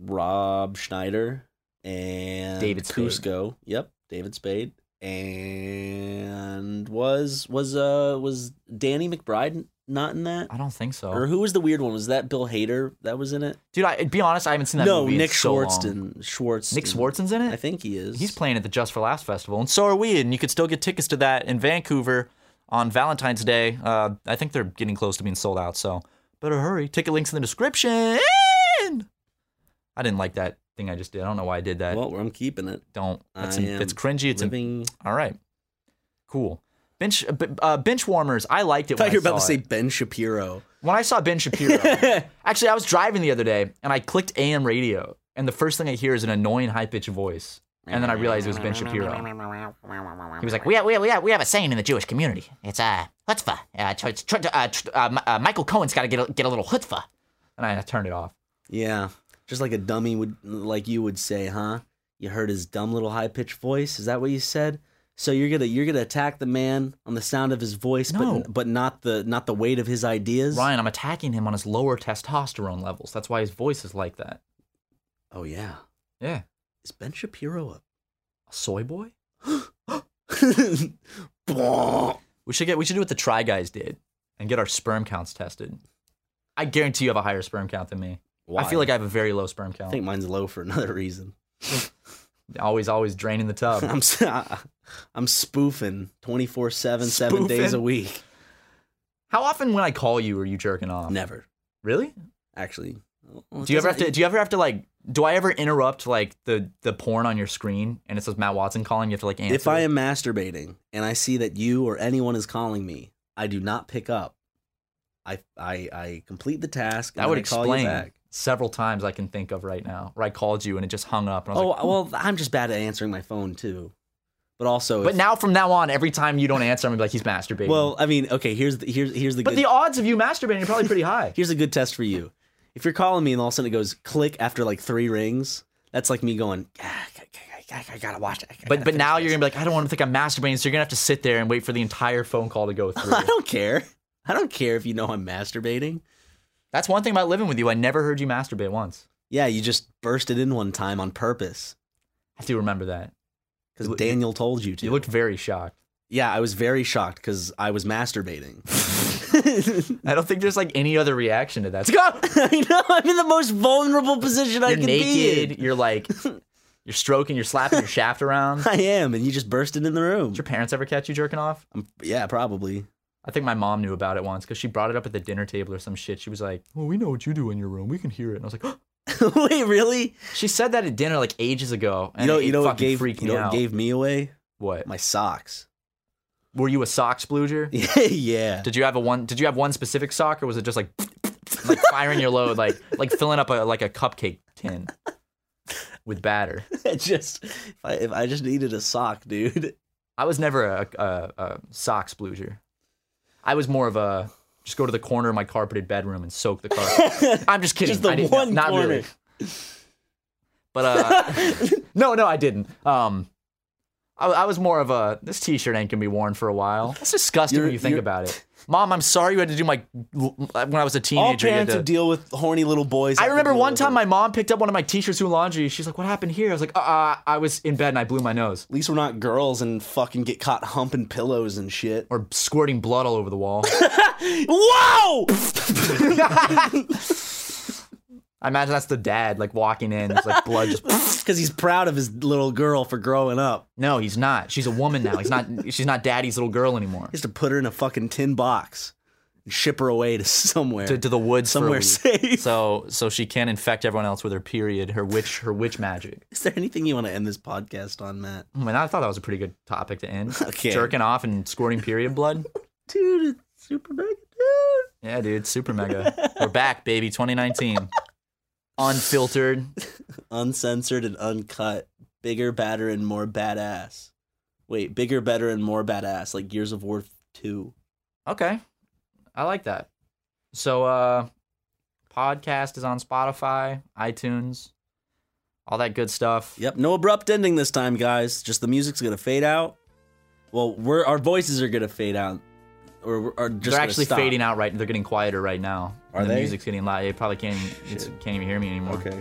Rob Schneider and David Spade. Cusco. Yep, David Spade. And was was uh was Danny McBride not in that? I don't think so, Or who was the weird one? Was that Bill Hader that was in it? dude. I be honest, I haven't seen that no, movie. in Nick so long. Schwartzton. Schwartz. Nick Swartzen's in it. I think he is. He's playing at the Just for Laughs festival, and so are we. And you could still get tickets to that in Vancouver on Valentine's Day. Uh, I think they're getting close to being sold out, so better hurry. Ticket links in the description. I didn't like that thing I just did. I don't know why I did that. Well, I'm keeping it. don't. That's, I in, that's am cringy. It's in, Living. all right. Cool. Bench uh, b- uh, bench warmers. I liked it. I When thought you were about to saw say it. Ben Shapiro. when I saw Ben Shapiro. actually, I was driving the other day and I clicked AM radio, and the first thing I hear is an annoying high pitched voice, and then I realized it was Ben Shapiro. He was like, "We have, we have, we have, we have a saying in the Jewish community. It's uh, chutzpah. Uh, tr- tr- tr- uh, tr- uh, Mi- uh, Michael Cohen's got to get a, get a little chutzpah." And I turned it off. Yeah, just like a dummy would, like you would say, huh? You heard his dumb little high pitched voice. Is that what you said? So you're gonna you're gonna attack the man on the sound of his voice, No. but but not the not the weight of his ideas. Ryan, I'm attacking him on his lower testosterone levels. That's why his voice is like that. Oh yeah, Yeah, is Ben Shapiro up? a soy boy. Bwah. We should get we should do what the try guys did and get our sperm counts tested. I guarantee you have a higher sperm count than me. I feel Why? like I have a very low sperm count. I think mine's low for another reason. always always draining the tub. I'm s- I'm spoofing 24 seven seven days Spoofing? a week. How often when I call you are you jerking off? Never Really? actually. Well, it Do you ever have doesn't- to do you ever have to like do I ever interrupt like the the porn on your screen and it says Matt Watson calling you have to like answer? If I am masturbating and I see that you or anyone is calling me, I do not pick up. I I, I complete the task. and that would then I call you explain back. several times I can think of right now where I called you and it just hung up and I was Oh like, well, I'm just bad at answering my phone too. But also, but if- now from now on every time you don't answer I'm gonna be like he's masturbating. well, I mean, okay. Here's the here's here's the but good, the odds of you masturbating are probably pretty high. here's a good test for you. If you're calling me and all of a sudden it goes click after like three rings, that's like me going. "Ah, I, I- I- I gotta watch it. I But gotta but finish now this." you're gonna be like, I don't want to think I'm masturbating, so you're gonna have to sit there and wait for the entire phone call to go through. I don't care. I don't care if you know I'm masturbating. That's one thing about living with you. I never heard you masturbate once. Yeah, you just burst it in one time on purpose I do remember that. because Daniel told you to. You looked very shocked. Yeah, I was very shocked because I was masturbating. I don't think there's like any other reaction to that. It's like, "Ah!" I know I'm in the most vulnerable position I You're can naked. be in. You're like You're stroking, you're slapping your shaft around. Did I am, and you just bursted in the room. your parents ever catch you jerking off? Yeah, probably. I think my mom knew about it once because she brought it up at the dinner table or some shit. She was like, "Well, we know what you do in your room. We can hear it." And I was like, "Oh." Wait, really? "She said that at dinner like ages ago." And you know, it you know what fucking gave freaked you me know out. what gave me away? what? My socks. Were you a sock splooger? yeah. Did you have a one? Did you have one specific sock, or was it just like like firing your load, like like filling up a like a cupcake tin with batter? It just if I, if I just needed a sock, dude. I was never a, a, a sock splooger. I was more of a just go to the corner of my carpeted bedroom and soak the carpet. I'm just kidding. Just the I didn't, one not corner. really. But uh, no, no, I didn't. Um, I, I was more of a this T-shirt ain't gonna be worn for a while. That's disgusting You're- when you think you're- about it. Mom, I'm sorry you had to do my when I was a teenager. All you had parents to- who deal with horny little boys. I have to remember deal one with time it. my mom picked up one of my T-shirts through laundry. She's like, "What happened here?" I was like, "Uh, I was in bed and I blew my nose." At least we're not girls and fucking get caught humping pillows and shit. Or squirting blood all over the wall. Whoa! I imagine that's the dad like walking in. It's like blood just. Because he's proud of his little girl for growing up. No, he's not. She's a woman now. He's not. She's not daddy's little girl anymore. He has to put her in a fucking tin box and ship her away to somewhere. To, to the woods for a somewhere week. safe. So so she can infect everyone else with her period, her witch, her witch magic. Is there anything you want to end this podcast on, Matt? I mean, I thought that was a pretty good topic to end. Okay. Jerking off and squirting period blood. Dude, it's super mega, dude. Yeah, dude, super mega. We're back, baby. 2019, unfiltered. uncensored and uncut, bigger, badder, and more badass. Wait, bigger, better, and more badass, like Gears of War two. Okay. I like that. So uh podcast is on Spotify, iTunes, all that good stuff. Yep, no abrupt ending this time, guys. Just the music's gonna fade out. Well, we're our voices are gonna fade out, or we're- are just they're gonna actually stop. fading out right they're getting quieter right now. Are the they? music's getting loud. You probably can't even, it's, can't even hear me anymore. Okay.